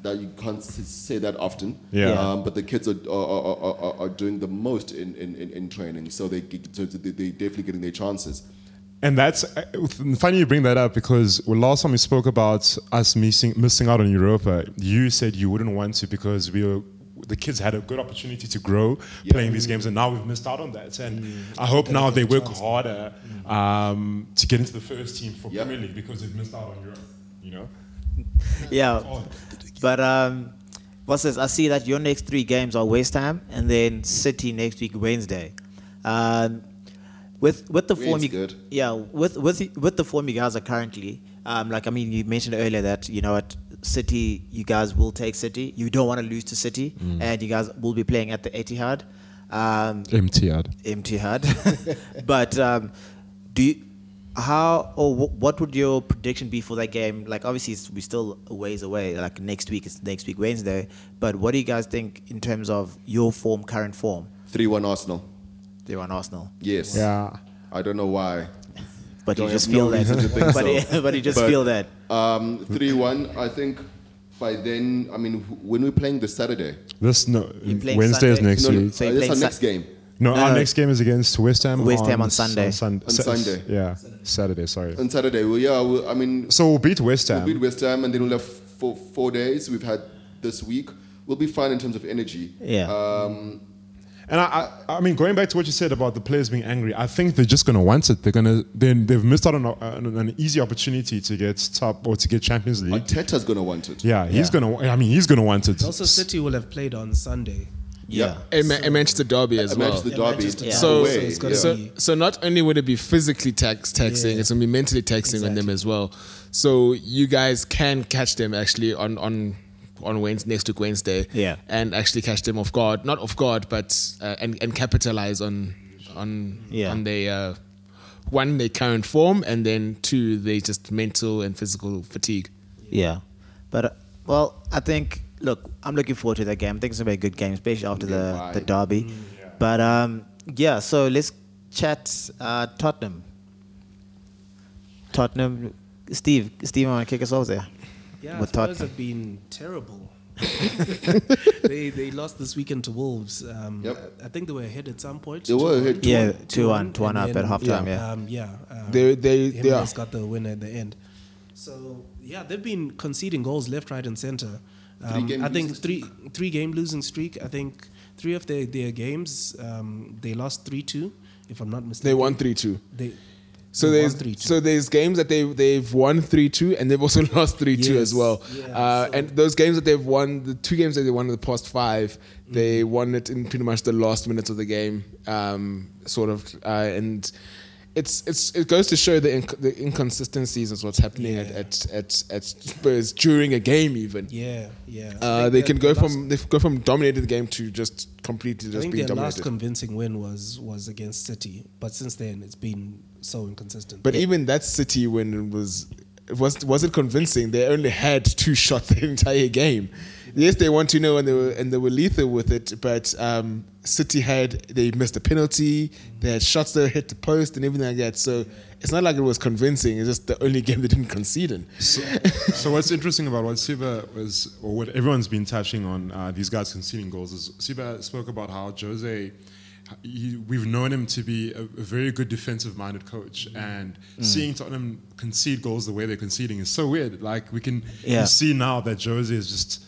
Speaker 5: that you can't s- say that often.
Speaker 6: Yeah. Yeah.
Speaker 5: Um, but the kids are are, are, are- are, are doing the most in, in, in, in training, so they get- so they- they're definitely getting their chances.
Speaker 6: And that's uh, funny you bring that up because well, last time we spoke about us missing missing out on Europa, you said you wouldn't want to because we were the kids had a good opportunity to grow playing these games, and now we've missed out on that. And I hope now they work harder um, to get into the first team for
Speaker 5: Yep.
Speaker 6: Premier League because they've missed out on Europe. You know,
Speaker 1: yeah. But um, what's this? I see that your next three games are West Ham and then City next week Wednesday. Um, with with the form
Speaker 5: Wayne's
Speaker 1: you
Speaker 5: good.
Speaker 1: yeah with with with the form you guys are currently um, like I mean you mentioned earlier that you know at City you guys will take City you don't want to lose to City and you guys will be playing at the Etihad. Um,
Speaker 6: MTR.
Speaker 1: empty heart. but um, do you, how or wh- what would your prediction be for that game? Like obviously it's, we're still a ways away. Like next week it's next week Wednesday. But what do you guys think in terms of your form, current form?
Speaker 5: 3 1 Arsenal.
Speaker 1: They're on Arsenal,
Speaker 5: Yes.
Speaker 6: Yeah.
Speaker 5: I don't know why.
Speaker 1: but
Speaker 5: Don't
Speaker 1: you just
Speaker 5: have no
Speaker 1: feel that.
Speaker 5: reason to think
Speaker 1: but,
Speaker 5: so.
Speaker 1: but you just
Speaker 5: But-
Speaker 1: feel that.
Speaker 5: Um, 3 1. I think by then, I mean, wh- when we're playing this Saturday,
Speaker 6: This no
Speaker 1: You're playing
Speaker 6: Wednesday is
Speaker 1: Sunday?
Speaker 6: next
Speaker 5: no, no,
Speaker 6: week.
Speaker 1: So you're
Speaker 5: uh, this is our
Speaker 1: playing Sa-
Speaker 5: next game.
Speaker 6: No,
Speaker 1: No,
Speaker 6: our
Speaker 1: no.
Speaker 6: next game is against West Ham.
Speaker 1: West Ham on
Speaker 6: s-
Speaker 1: Sunday.
Speaker 6: Sun-
Speaker 5: On
Speaker 6: Sa-
Speaker 5: Sunday.
Speaker 6: Yeah, Saturday. Sorry.
Speaker 5: On Saturday, well, yeah, well, I mean,
Speaker 6: So we'll beat West Ham.
Speaker 5: we'll beat West Ham and then we'll have four, four days. We've had this week. We'll be fine in terms of energy. Uh,
Speaker 1: Yeah.
Speaker 6: And I, I, I mean, going back to what you said about the players being angry, I think they're just going to want it. They're going to, then they've missed out on, a, on an easy opportunity to get top or to get Champions League.
Speaker 5: Arteta's going to want it.
Speaker 6: yeah, he's going to. I mean, he's going to want it.
Speaker 4: Also, City will have played on Sunday.
Speaker 1: yeah.
Speaker 2: And, Ma- and Manchester Derby as
Speaker 5: A
Speaker 2: well.
Speaker 5: match the
Speaker 4: Yeah,
Speaker 5: derby.
Speaker 4: Manchester
Speaker 1: Yeah.
Speaker 2: So,
Speaker 5: away,
Speaker 4: it's gotta
Speaker 2: so,
Speaker 4: be-
Speaker 2: so not only would it be physically tax, taxing,
Speaker 4: Yeah.
Speaker 2: it's going to be mentally taxing on them as well. So you guys can catch them actually on on on Wednesday, next week Wednesday,
Speaker 1: Yeah.
Speaker 2: and actually catch them off guard, not off guard, but uh, and and capitalize on on
Speaker 1: Yeah.
Speaker 2: on their uh, one their current form, and then two they just mental and physical fatigue.
Speaker 1: Yeah, but uh, well, I think look, I'm looking forward to that game. I think it's gonna be a good game, especially after the the derby. But um, yeah, so let's chat uh, Tottenham. Tottenham, Steve, Steve, want to kick us off there?
Speaker 4: Yeah,
Speaker 1: with
Speaker 4: Spurs
Speaker 1: Tottenham.
Speaker 4: have been terrible. they they lost this weekend to Wolves. Um,
Speaker 5: Yep.
Speaker 4: I think they were ahead at some point.
Speaker 5: They were ahead.
Speaker 1: Yeah,
Speaker 4: Two-
Speaker 1: two one,
Speaker 4: one,
Speaker 1: two one
Speaker 4: and
Speaker 1: up
Speaker 4: then-
Speaker 1: at halftime. Yeah,
Speaker 4: Um, yeah, um,
Speaker 2: They they they are.
Speaker 4: Jimenez got the winner at the end. So yeah, they've been conceding goals left, right, and center. Um,
Speaker 5: Three-game
Speaker 4: I think
Speaker 5: losing
Speaker 4: three three game losing streak. I think three of their their games um, they lost three two, if I'm not
Speaker 2: They
Speaker 4: mistaken.
Speaker 2: won three two.
Speaker 4: They,
Speaker 2: So
Speaker 4: they won
Speaker 2: there's
Speaker 4: 3-2.
Speaker 2: so there's games that they they've won three two and they've also lost three two as
Speaker 4: Yes,
Speaker 2: well.
Speaker 4: yeah,
Speaker 2: uh,
Speaker 4: so-
Speaker 2: And those games that they've won, the two games that they won in the past five,
Speaker 4: Mm-hmm.
Speaker 2: they won it in pretty much the last minutes of the game, um, sort of. Uh, and it's it's it goes to show the inc- the inconsistencies is what's happening at,
Speaker 4: Yeah.
Speaker 2: at at at Spurs during a game even.
Speaker 4: yeah, yeah. I
Speaker 2: Uh,
Speaker 4: think
Speaker 2: they
Speaker 4: that
Speaker 2: can
Speaker 4: the
Speaker 2: go
Speaker 4: last-
Speaker 2: from they go from dominating the game to just completely
Speaker 4: I
Speaker 2: just
Speaker 4: think
Speaker 2: being
Speaker 4: their last
Speaker 2: dominated.
Speaker 4: convincing win was was against City, but since then it's been so inconsistent.
Speaker 2: But even that City win was it was was it convincing? They only had two shots the entire game. Yes, they want to know, and they were and they were lethal with it. But um, City had they missed a penalty. They had shots that hit the post and everything like that. So it's not like it was convincing. It's just the only game they didn't concede in.
Speaker 6: so what's interesting about what Siva was, or what everyone's been touching on, uh, these guys conceding goals, is Siva spoke about how Jose, he, we've known him to be a, a very good defensive-minded coach,
Speaker 1: Mm.
Speaker 6: and seeing Tottenham concede goals the way they're conceding is so weird. Like we can
Speaker 1: Yeah.
Speaker 6: you see now that Jose is just,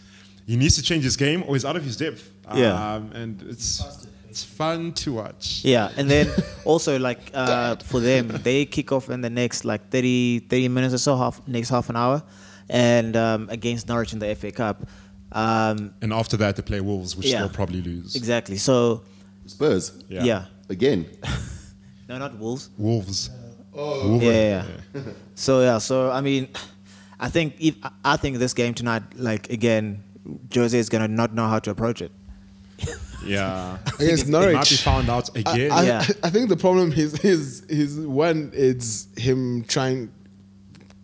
Speaker 6: he needs to change his game or he's out of his depth.
Speaker 1: Yeah.
Speaker 6: um, and it's it's fun to watch.
Speaker 1: Yeah, and then also like uh, for them, they kick off in the next like 30, 30 minutes or so, half next half an hour, and um, against Norwich in the FA Cup. Um,
Speaker 6: And after that, they play Wolves, which
Speaker 1: Yeah.
Speaker 6: they'll probably lose.
Speaker 1: exactly. So
Speaker 5: Spurs.
Speaker 6: Yeah.
Speaker 1: yeah,
Speaker 5: Again.
Speaker 1: no, not Wolves.
Speaker 6: Wolves. Oh,
Speaker 1: Uh, yeah, yeah. so yeah, so I mean, I think if I- I think this game tonight, like again, Jose is gonna not know how to approach it.
Speaker 6: Yeah.
Speaker 2: Against
Speaker 6: They might be
Speaker 2: Norwich.
Speaker 6: found out again.
Speaker 2: I,
Speaker 1: Yeah.
Speaker 2: I think the problem is is is one is him trying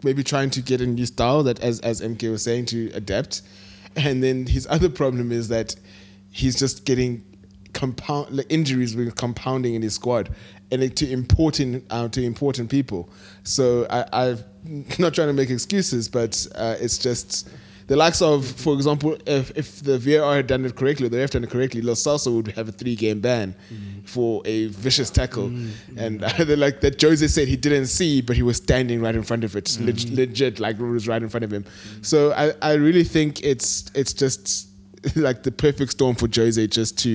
Speaker 2: maybe trying to get a new style that as as MK was saying to adapt. And then his other problem is that he's just getting compound like injuries been compounding in his squad and it- to important uh, to important people. So I, I'm not trying to make excuses, but uh, it's just The likes of, for example, if, if the VAR had done it correctly, the ref done it correctly, Los Salsa would have a three game ban for a vicious tackle. And uh, they're like that Jose said he didn't see, but he was standing right in front of it, leg- legit, like it was right in front of him. So I, I really think it's it's just like the perfect storm for Jose just to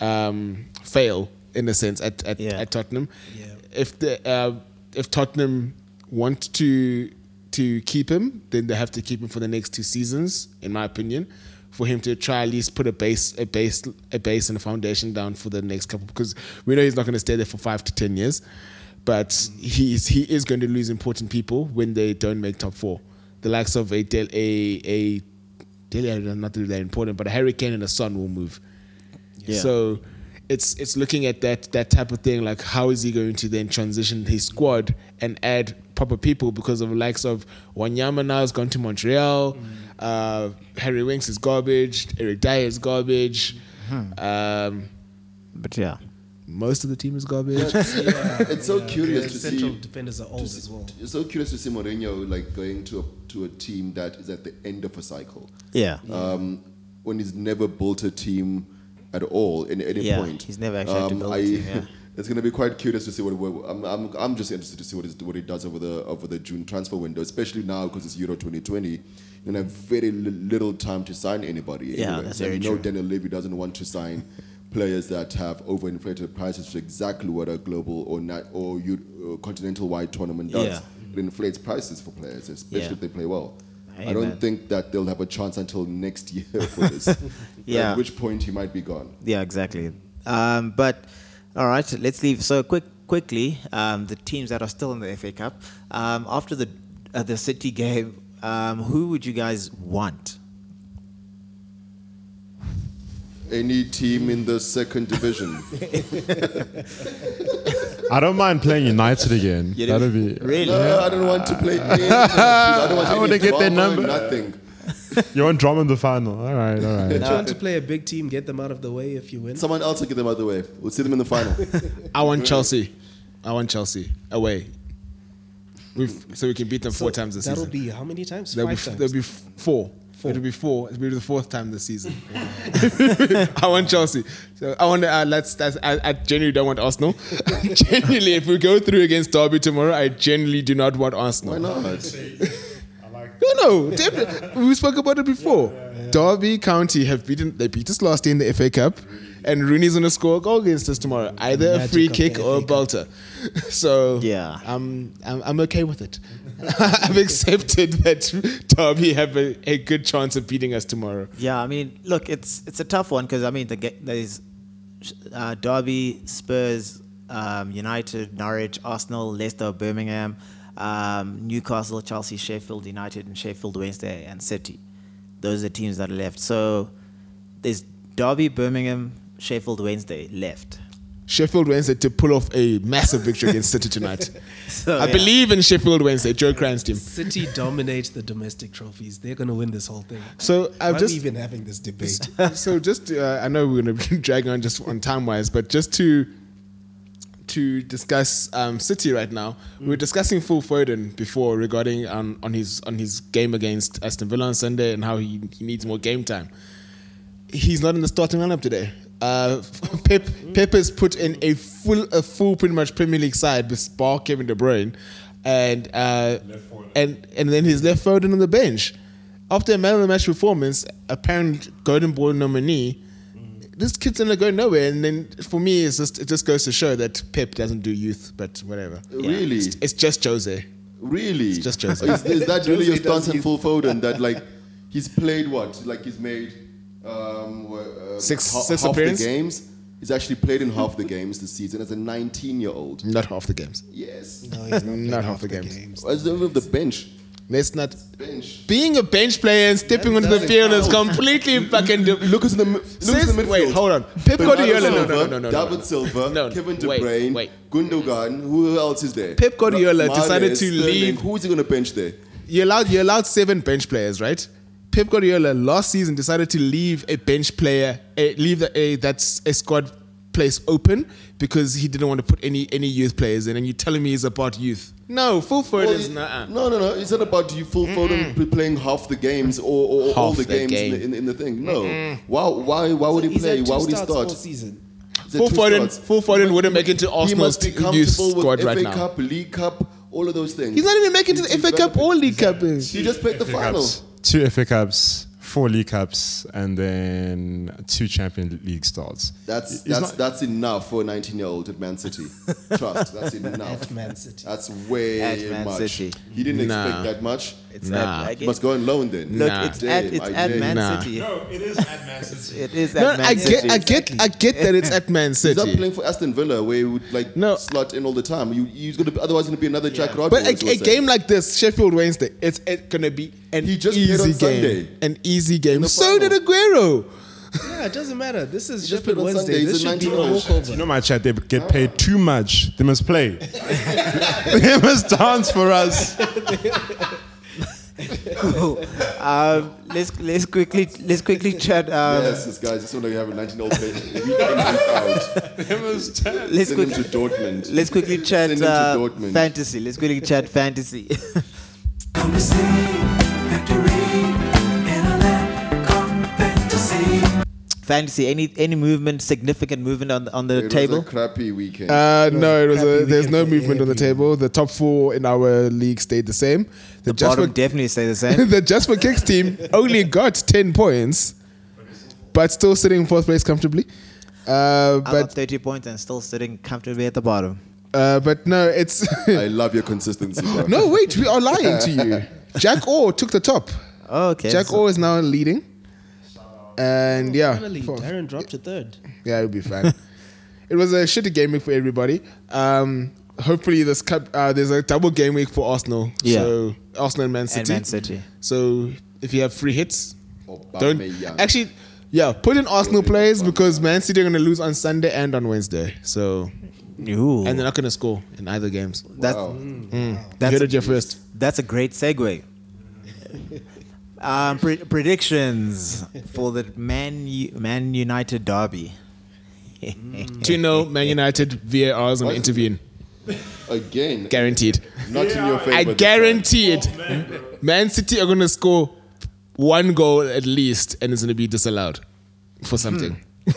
Speaker 2: um, fail in a sense at at,
Speaker 1: Yeah.
Speaker 2: at Tottenham.
Speaker 4: Yeah.
Speaker 2: If the uh, if Tottenham want to to keep him, then they have to keep him for the next two seasons, in my opinion, for him to try at least put a base a base a base and a foundation down for the next couple because we know he's not going to stay there for five to ten years, but he is he is going to lose important people when they don't make top four. The likes of a Del, a a Dele Alli, not that they're important, but a hurricane and a sun will move.
Speaker 1: Yeah.
Speaker 2: So it's it's looking at that that type of thing. Like how is he going to then transition his squad and add proper people because of the likes of Wanyama now has gone to Montreal,
Speaker 4: Mm.
Speaker 2: uh, Harry Winks is garbage, Eric Dyer is garbage.
Speaker 4: Hmm.
Speaker 2: Um,
Speaker 1: But yeah.
Speaker 2: most of the team is garbage.
Speaker 5: It's so curious
Speaker 4: The
Speaker 5: to
Speaker 4: central
Speaker 5: see.
Speaker 4: defenders are old as well.
Speaker 5: It's so curious to see Mourinho like going to a, to a team that is at the end of a cycle.
Speaker 1: Yeah.
Speaker 5: um, when he's never built a team at all in any
Speaker 1: Yeah,
Speaker 5: point. Um,
Speaker 1: he's never actually had to build a team, yeah.
Speaker 5: It's going to be quite curious to see what. what I'm, I'm, I'm just interested to see what, is, what he does over the over the June transfer window, especially now because it's Euro 2020. You're gonna have very li- little time to sign anybody.
Speaker 1: Yeah, that's
Speaker 5: And
Speaker 1: very
Speaker 5: you know
Speaker 1: true.
Speaker 5: Daniel Levy doesn't want to sign players that have overinflated prices, which is exactly what a global or not or you, uh, continental-wide tournament does.
Speaker 1: Yeah.
Speaker 5: It inflates prices for players, especially
Speaker 1: Yeah.
Speaker 5: if they play well. I
Speaker 1: Amen.
Speaker 5: don't think that they'll have a chance until next year for this.
Speaker 1: Yeah.
Speaker 5: At which point he might be gone.
Speaker 1: Yeah, exactly. Um, but all right, let's leave. So quick, quickly, um, the teams that are still in the FA Cup um, after the uh, the City game, um, who would you guys want?
Speaker 5: Any team in the second division.
Speaker 6: I don't mind playing United again.
Speaker 1: You
Speaker 6: That'll
Speaker 1: didn't-
Speaker 6: be.
Speaker 1: Really?
Speaker 5: no, I don't want to play. Any, I don't want
Speaker 6: I
Speaker 5: any
Speaker 6: wanna get their
Speaker 5: drama,
Speaker 6: number.
Speaker 5: Nothing.
Speaker 6: You want drama in the final? All right, all right.
Speaker 4: If you want to play a big team, get them out of the way if you win.
Speaker 5: Someone else will get them out of the way. We'll see them in the final.
Speaker 2: I want Chelsea. I want Chelsea away. We've, so we can beat them four
Speaker 4: So
Speaker 2: times this
Speaker 4: that'll
Speaker 2: season.
Speaker 4: be how many times?
Speaker 2: There'll be,
Speaker 4: Five times.
Speaker 2: there'll be f- four. It'll be four. It'll be the fourth time this season. I want Chelsea. So I want. Uh, let's. That's, I, I genuinely don't want Arsenal. genuinely, if we go through against Derby tomorrow, I genuinely do not want Arsenal.
Speaker 5: Why not?
Speaker 2: No, no. definitely. we spoke about it before. Derby County have beaten. They beat us last year in the FA Cup, and Rooney's gonna score a goal against us tomorrow, either a
Speaker 4: magic
Speaker 2: free
Speaker 4: of
Speaker 2: kick
Speaker 4: the
Speaker 2: or a
Speaker 4: FA Cup.
Speaker 2: belter. so
Speaker 1: Yeah.
Speaker 2: I'm I'm, I'm okay with it. I've accepted that Derby have a, a good chance of beating us tomorrow.
Speaker 1: Yeah, I mean, look, it's it's a tough one because I mean, the ga- there's uh, Derby, Spurs, um, United, Norwich, Arsenal, Leicester, Birmingham, um, Newcastle, Chelsea, Sheffield United, and Sheffield Wednesday and City. Those are the teams that are left. So there's Derby, Birmingham, Sheffield Wednesday left.
Speaker 2: Sheffield Wednesday to pull off a massive victory against City tonight.
Speaker 1: So,
Speaker 2: I
Speaker 1: yeah.
Speaker 2: believe in Sheffield Wednesday, Joe Cran's team.
Speaker 4: City dominates the domestic trophies. They're going to win this whole thing.
Speaker 2: So
Speaker 4: Why
Speaker 2: I've
Speaker 4: are
Speaker 2: just
Speaker 4: we even having this debate?
Speaker 2: so just uh, I know we're going to be dragging on just on time wise, but just to to discuss um, City right now, we were discussing Phil Foden before regarding um, on his on his game against Aston Villa on Sunday and how he, he needs more game time. He's not in the starting lineup today. Uh, Pep Pep has put in a full a full pretty much Premier League side with bar Kevin De Bruyne, and uh, and and then he's left Foden on the bench. After a man of the match performance, apparent Golden Ball nominee, this kid's gonna go nowhere. And then for me, it's just it just goes to show that Pep doesn't do youth, but whatever.
Speaker 5: Really?
Speaker 2: It's, it's just Jose.
Speaker 5: Really?
Speaker 2: It's just Jose.
Speaker 5: Is, is that really your stance on Phil Foden? That like he's played what? Like he's made um, wha- uh,
Speaker 2: Six-
Speaker 5: ha-
Speaker 2: six
Speaker 5: half the
Speaker 2: appearance?
Speaker 5: games. He's actually played in half the games this season as a 19-year-old.
Speaker 2: Not half the games.
Speaker 5: Yes,
Speaker 4: No, he's not,
Speaker 2: Not half the games.
Speaker 5: as of the bench.
Speaker 2: Let's not.
Speaker 5: Bench.
Speaker 2: Being a bench player and stepping onto the
Speaker 5: doesn't
Speaker 2: field is
Speaker 5: count.
Speaker 2: completely fucking. di-
Speaker 5: Look at the m- look at the
Speaker 2: Says-
Speaker 5: midfield.
Speaker 2: wait, hold on. Pep
Speaker 5: Bernardo
Speaker 2: Guardiola, no, no, no, no,
Speaker 5: Silva,
Speaker 2: no, no,
Speaker 5: David
Speaker 2: no.
Speaker 5: Silva,
Speaker 2: No,
Speaker 5: Kevin De
Speaker 2: wait,
Speaker 5: Bruyne,
Speaker 2: wait.
Speaker 5: Gundogan. Who else is there?
Speaker 2: Pep Guardiola
Speaker 5: Ra-
Speaker 2: decided to
Speaker 5: Sterling.
Speaker 2: leave.
Speaker 5: Who is he going to bench there?
Speaker 2: you allowed you allowed seven bench players, right? Pep Guardiola last season decided to leave a bench player, a, leave the, a that's a squad place open because he didn't want to put any any youth players in. And you're telling me he's about youth? No, full Foden
Speaker 5: Well,
Speaker 2: is
Speaker 5: it-
Speaker 2: not.
Speaker 5: No, no, no. It's not about you full Foden pl- playing half the games or, or, or all
Speaker 2: Half
Speaker 5: the,
Speaker 2: the
Speaker 5: games
Speaker 2: game.
Speaker 5: in, the, in, in the thing. No. Why, why, why would he
Speaker 4: He's had
Speaker 5: play?
Speaker 4: two
Speaker 5: Why would he
Speaker 4: starts
Speaker 5: start?
Speaker 4: all season.
Speaker 5: He's had
Speaker 2: Full
Speaker 5: two
Speaker 2: Foden,
Speaker 5: starts.
Speaker 2: full Foden wouldn't make it to
Speaker 5: He
Speaker 2: Arsenal's
Speaker 5: must be
Speaker 2: t- youth
Speaker 5: comfortable with
Speaker 2: squad
Speaker 5: FA
Speaker 2: right now.
Speaker 5: Cup, League Cup, all of those things.
Speaker 2: He's not even making it to the
Speaker 5: He's
Speaker 2: FA Cup
Speaker 5: developing.
Speaker 2: or League Cup. eh.
Speaker 5: He just played the final.
Speaker 6: Cups, two FA Cups, four League Cups, and then two Champion League starts.
Speaker 5: That's
Speaker 6: It's
Speaker 5: that's
Speaker 6: not-
Speaker 5: that's enough for a 19 year old at Man City. Trust, that's enough.
Speaker 4: At Man City.
Speaker 5: That's way
Speaker 1: At Man
Speaker 5: much.
Speaker 1: City.
Speaker 5: He didn't
Speaker 2: Nah.
Speaker 5: expect that much.
Speaker 1: It's
Speaker 2: Nah.
Speaker 1: at,
Speaker 5: He must go on loan then.
Speaker 1: Look,
Speaker 2: Nah.
Speaker 1: it's at, it's
Speaker 5: Damn, I
Speaker 1: at
Speaker 5: did.
Speaker 1: Man
Speaker 2: Nah.
Speaker 1: City.
Speaker 8: No, it is at Man City.
Speaker 1: It is at
Speaker 2: No,
Speaker 1: Man
Speaker 2: I
Speaker 1: City.
Speaker 2: get, I get, I get that it's at Man
Speaker 5: He's not
Speaker 2: City.
Speaker 5: playing for Aston Villa where he would like
Speaker 2: No.
Speaker 5: slot in all the time. You, he's gonna be, otherwise gonna be another Jack Rodgers.
Speaker 2: But
Speaker 5: we'll
Speaker 2: a, a
Speaker 5: say.
Speaker 2: game like this, Sheffield Wednesday, it's, it's gonna be an
Speaker 5: He just played on
Speaker 2: easy game.
Speaker 5: Sunday.
Speaker 2: An easy game.
Speaker 5: the
Speaker 2: So
Speaker 5: final.
Speaker 2: did Aguero.
Speaker 4: Yeah, Ah, it doesn't matter. This is
Speaker 5: just
Speaker 4: just
Speaker 5: played on Sunday.
Speaker 4: Wednesday.
Speaker 5: He's
Speaker 4: This
Speaker 5: a
Speaker 4: should be a
Speaker 5: 19-year-old.
Speaker 6: You
Speaker 4: walkover.
Speaker 6: know, my chat, they get paid too much. They must play. they must dance for us.
Speaker 1: um, let's let's quickly let's quickly chat. Um,
Speaker 5: Yes, this guy's just want to have a 19 year old player. Week in, week out.
Speaker 1: Let's
Speaker 5: Send him to
Speaker 1: quickly
Speaker 5: Dortmund.
Speaker 1: let's quickly
Speaker 5: Send him
Speaker 1: chat uh,
Speaker 5: to Dortmund.
Speaker 1: fantasy. Let's quickly chat fantasy.
Speaker 9: Come to see victory in a land called fantasy.
Speaker 1: fantasy. Any any movement? Significant movement on the, on the
Speaker 5: It
Speaker 1: table?
Speaker 5: was a crappy weekend.
Speaker 2: Uh, no, it was
Speaker 4: crappy
Speaker 2: a, there's
Speaker 4: weekend
Speaker 2: no
Speaker 4: for
Speaker 2: movement on the
Speaker 4: AFC.
Speaker 2: table. The top four in our league stayed the same. The, just,
Speaker 1: Bottom
Speaker 2: for,
Speaker 1: definitely stay the same.
Speaker 2: the just for Kicks team only got 10 points, but still sitting in fourth place comfortably. Uh,
Speaker 1: I got
Speaker 2: but
Speaker 1: 30 points and still sitting comfortably at the bottom.
Speaker 2: uh, but no, it's
Speaker 5: I love your consistency. bro.
Speaker 2: no wait. We are lying to you. Jack Orr took the top.
Speaker 1: Oh, Okay.
Speaker 2: Jack
Speaker 1: so-
Speaker 2: Orr is now leading, and yeah,
Speaker 4: Finally,
Speaker 2: fourth.
Speaker 4: Darren dropped to third.
Speaker 2: Yeah, it'll be fun. it was a shitty game week for everybody. Um, hopefully, this cup uh, there's a double game week for Arsenal.
Speaker 1: Yeah.
Speaker 2: So Arsenal and Man City.
Speaker 1: and Man City.
Speaker 2: So if you have free hits, don't
Speaker 5: Aubameyang.
Speaker 2: actually. Yeah, put in Arsenal players because Man City are going to lose on Sunday and on Wednesday. So
Speaker 1: Ooh,
Speaker 2: and they're not going to score in either games.
Speaker 1: that's, mm,
Speaker 5: Wow.
Speaker 2: That's
Speaker 1: that's,
Speaker 2: you heard it here first.
Speaker 1: that's a great segue. um, pre- predictions for the Man U- Man United derby.
Speaker 2: Do you know Man United VARs and
Speaker 5: What?
Speaker 2: intervene?
Speaker 5: Again,
Speaker 2: Guaranteed.
Speaker 5: not in your favor.
Speaker 2: I
Speaker 5: this
Speaker 2: guarantee it. Man City are going to score one goal at least, and it's going to be disallowed for
Speaker 5: Hmm.
Speaker 2: something.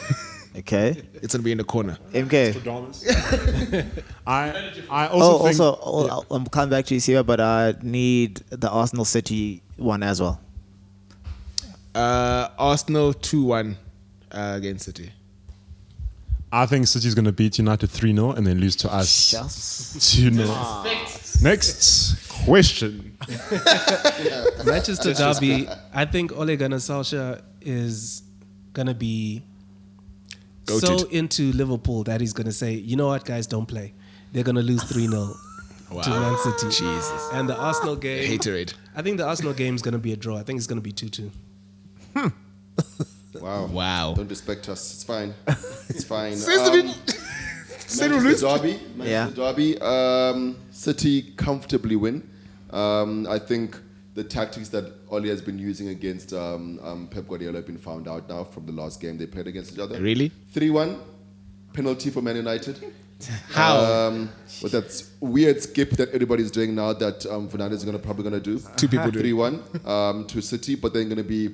Speaker 1: Okay,
Speaker 2: It's going to be in the corner.
Speaker 1: MK.
Speaker 6: I, I
Speaker 1: Oh,
Speaker 6: also think
Speaker 1: also, oh, I'll- I'm coming back to you, Siva, but I need the Arsenal City one as well.
Speaker 2: Uh, Arsenal 2 1 uh, against City.
Speaker 6: I think City's going to beat United 3 0 and then lose to us
Speaker 1: Just
Speaker 6: 2 0. Next question.
Speaker 4: Manchester Derby, I think Ole Gunnar Solskjaer is going to be so
Speaker 2: Goated.
Speaker 4: into Liverpool that he's going to say, you know what, guys, don't play. They're going to lose 3 0 to Man City. Jesus. And the Arsenal game.
Speaker 2: Haterade.
Speaker 4: I think the Arsenal game is going to be a draw. I think it's going to be 2 2.
Speaker 5: time. Wow.
Speaker 2: Wow.
Speaker 5: Don't respect us. It's fine. It's fine.
Speaker 2: Says the
Speaker 5: Um,
Speaker 2: people- Said we lose.
Speaker 5: Manchester Derby. Manchester Derby. Um, City comfortably win. Um, I think the tactics that Oli has been using against um, um, Pep Guardiola have been found out now from the last game they played against each other.
Speaker 2: Really?
Speaker 5: 3 1. Penalty for Man United.
Speaker 2: How?
Speaker 5: Um, with that s- weird skip that everybody's doing now that um, Fernandez is gonna, probably going to do.
Speaker 2: Two people do.
Speaker 5: 3 1 um, to City, but they're going to be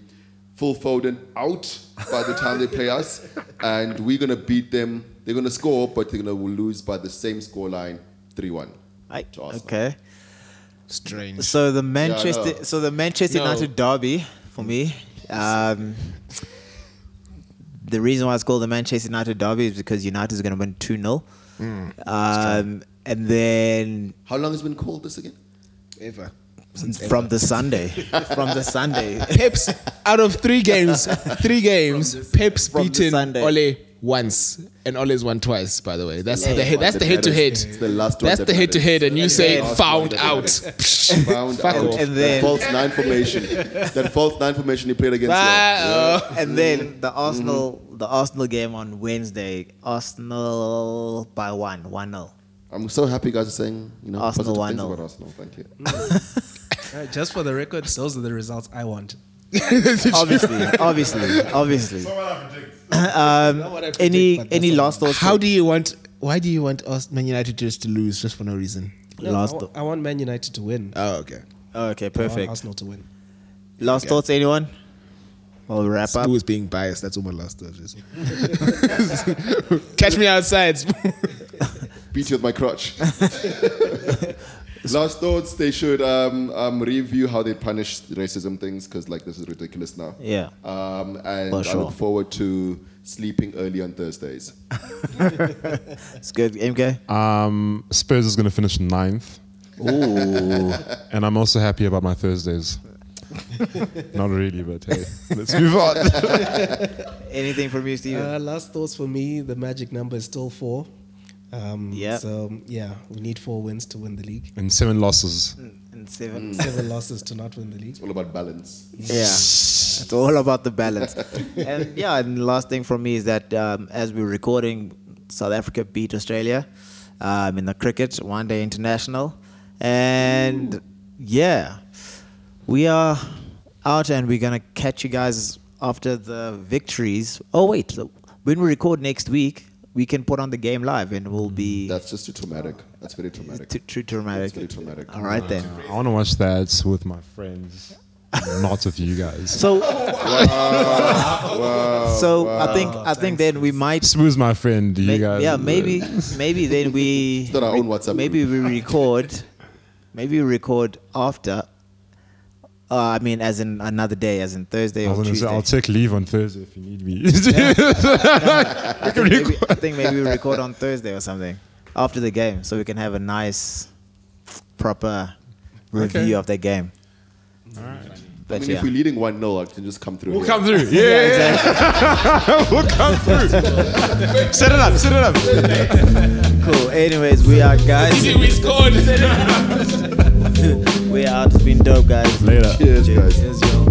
Speaker 5: full Foden out by the time they play us. And we're going to beat them. They're going to score, but they're going to lose by the same scoreline 3 1.
Speaker 1: I,
Speaker 5: To Arsenal.
Speaker 1: okay.
Speaker 2: Strange.
Speaker 1: So the Manchester,
Speaker 5: know.
Speaker 1: so the Manchester
Speaker 2: No.
Speaker 1: United derby for me. Um, the reason why it's called the Manchester United derby is because United is going to win two 0 um, and then
Speaker 5: How long has it been called this again?
Speaker 2: Ever.
Speaker 1: from the Sunday, from the Sunday,
Speaker 2: Pep's out of three games, three games, Pep's
Speaker 1: from this
Speaker 2: beaten
Speaker 1: Sunday.
Speaker 2: Ole once, and Ole's won twice. By the way, that's the he-
Speaker 5: One
Speaker 2: that's
Speaker 5: that
Speaker 2: the head to
Speaker 5: matters.
Speaker 2: head.
Speaker 5: It's the last one.
Speaker 2: That's
Speaker 5: that
Speaker 2: the head to head, and you say
Speaker 1: then-
Speaker 2: found out.
Speaker 5: matters. Found
Speaker 2: Fuck
Speaker 5: out.
Speaker 2: off.
Speaker 1: And then-
Speaker 5: that false nine formation. That false nine formation he played against.
Speaker 2: Wow.
Speaker 1: and
Speaker 4: Mm-hmm.
Speaker 1: then the Arsenal, the Arsenal game on Wednesday, Arsenal by one, one 0
Speaker 5: I'm so happy you guys are saying you know
Speaker 1: Arsenal
Speaker 5: positive
Speaker 1: 1-0.
Speaker 5: things about Arsenal. Thank you.
Speaker 4: Uh, just for the record, those are the results I want.
Speaker 1: Obviously, obviously, obviously. um, any any last thoughts?
Speaker 2: How do you want? Why do you want us Man United just to lose just for no reason?
Speaker 4: No, I
Speaker 1: Last
Speaker 4: wa-
Speaker 1: thought-
Speaker 4: I want Man United to win.
Speaker 2: Oh, okay.
Speaker 1: okay,
Speaker 4: I want
Speaker 1: perfect.
Speaker 4: Arsenal to win.
Speaker 1: Last thoughts, anyone? We'll wrap up.
Speaker 2: Who is being biased? That's all my last thought is. Catch me outside.
Speaker 5: beat you with my crotch. Last thoughts, they should um, um, review how they punish racism things because like this is ridiculous now.
Speaker 1: Yeah.
Speaker 5: Um, and
Speaker 1: For
Speaker 5: I
Speaker 1: sure.
Speaker 5: look forward to sleeping early on Thursdays.
Speaker 1: It's good, MK.
Speaker 4: Uh,
Speaker 6: Um, Spurs is going to finish ninth. Ooh. and I'm also happy about my Thursdays. Not really, but hey, let's move on.
Speaker 1: Anything from you, Steven?
Speaker 4: Uh, last thoughts for me: the magic number is still four. Um,
Speaker 1: Yeah.
Speaker 4: So yeah, we need four wins to win the league.
Speaker 6: and seven losses.
Speaker 1: and seven.
Speaker 4: Seven losses to not win the league.
Speaker 5: It's all about balance.
Speaker 1: Yeah, it's all about the balance. and yeah, and the last thing from me is that um, as we're recording, South Africa beat Australia um, in the cricket one day international, and yeah, we are out and we're gonna catch you guys after the victories. Oh wait, so when we record next week, we can put on the game live and we'll be
Speaker 5: That's just too traumatic. That's very traumatic.
Speaker 1: too, too Mm, dramatic.
Speaker 5: That's very traumatic.
Speaker 1: All right then.
Speaker 6: I want to watch that with my friends, not with you guys.
Speaker 1: So, so I think I think then we might
Speaker 6: Spurs, my friend, you
Speaker 1: May-
Speaker 6: guys.
Speaker 1: yeah, maybe maybe then we
Speaker 5: not our own WhatsApp
Speaker 1: Maybe we record. Maybe we record after. Uh, I mean, as in another day, as in Thursday or
Speaker 6: I was gonna
Speaker 1: Tuesday.
Speaker 6: say, I'll take leave on Thursday if you need me.
Speaker 1: I, think maybe, I think maybe we record on Thursday or something after the game, so we can have a nice, proper review of the game. But
Speaker 5: I mean,
Speaker 1: yeah.
Speaker 5: if we're leading 1 0, I can just come through.
Speaker 6: we'll
Speaker 5: here.
Speaker 6: come through. Yeah, we'll come through. set it up. Set it up.
Speaker 1: cool. Anyways, we are guys.
Speaker 2: we scored.
Speaker 1: We are out. It's been dope, guys.
Speaker 6: Later.
Speaker 5: Cheers, guys.
Speaker 1: Cheers, yo.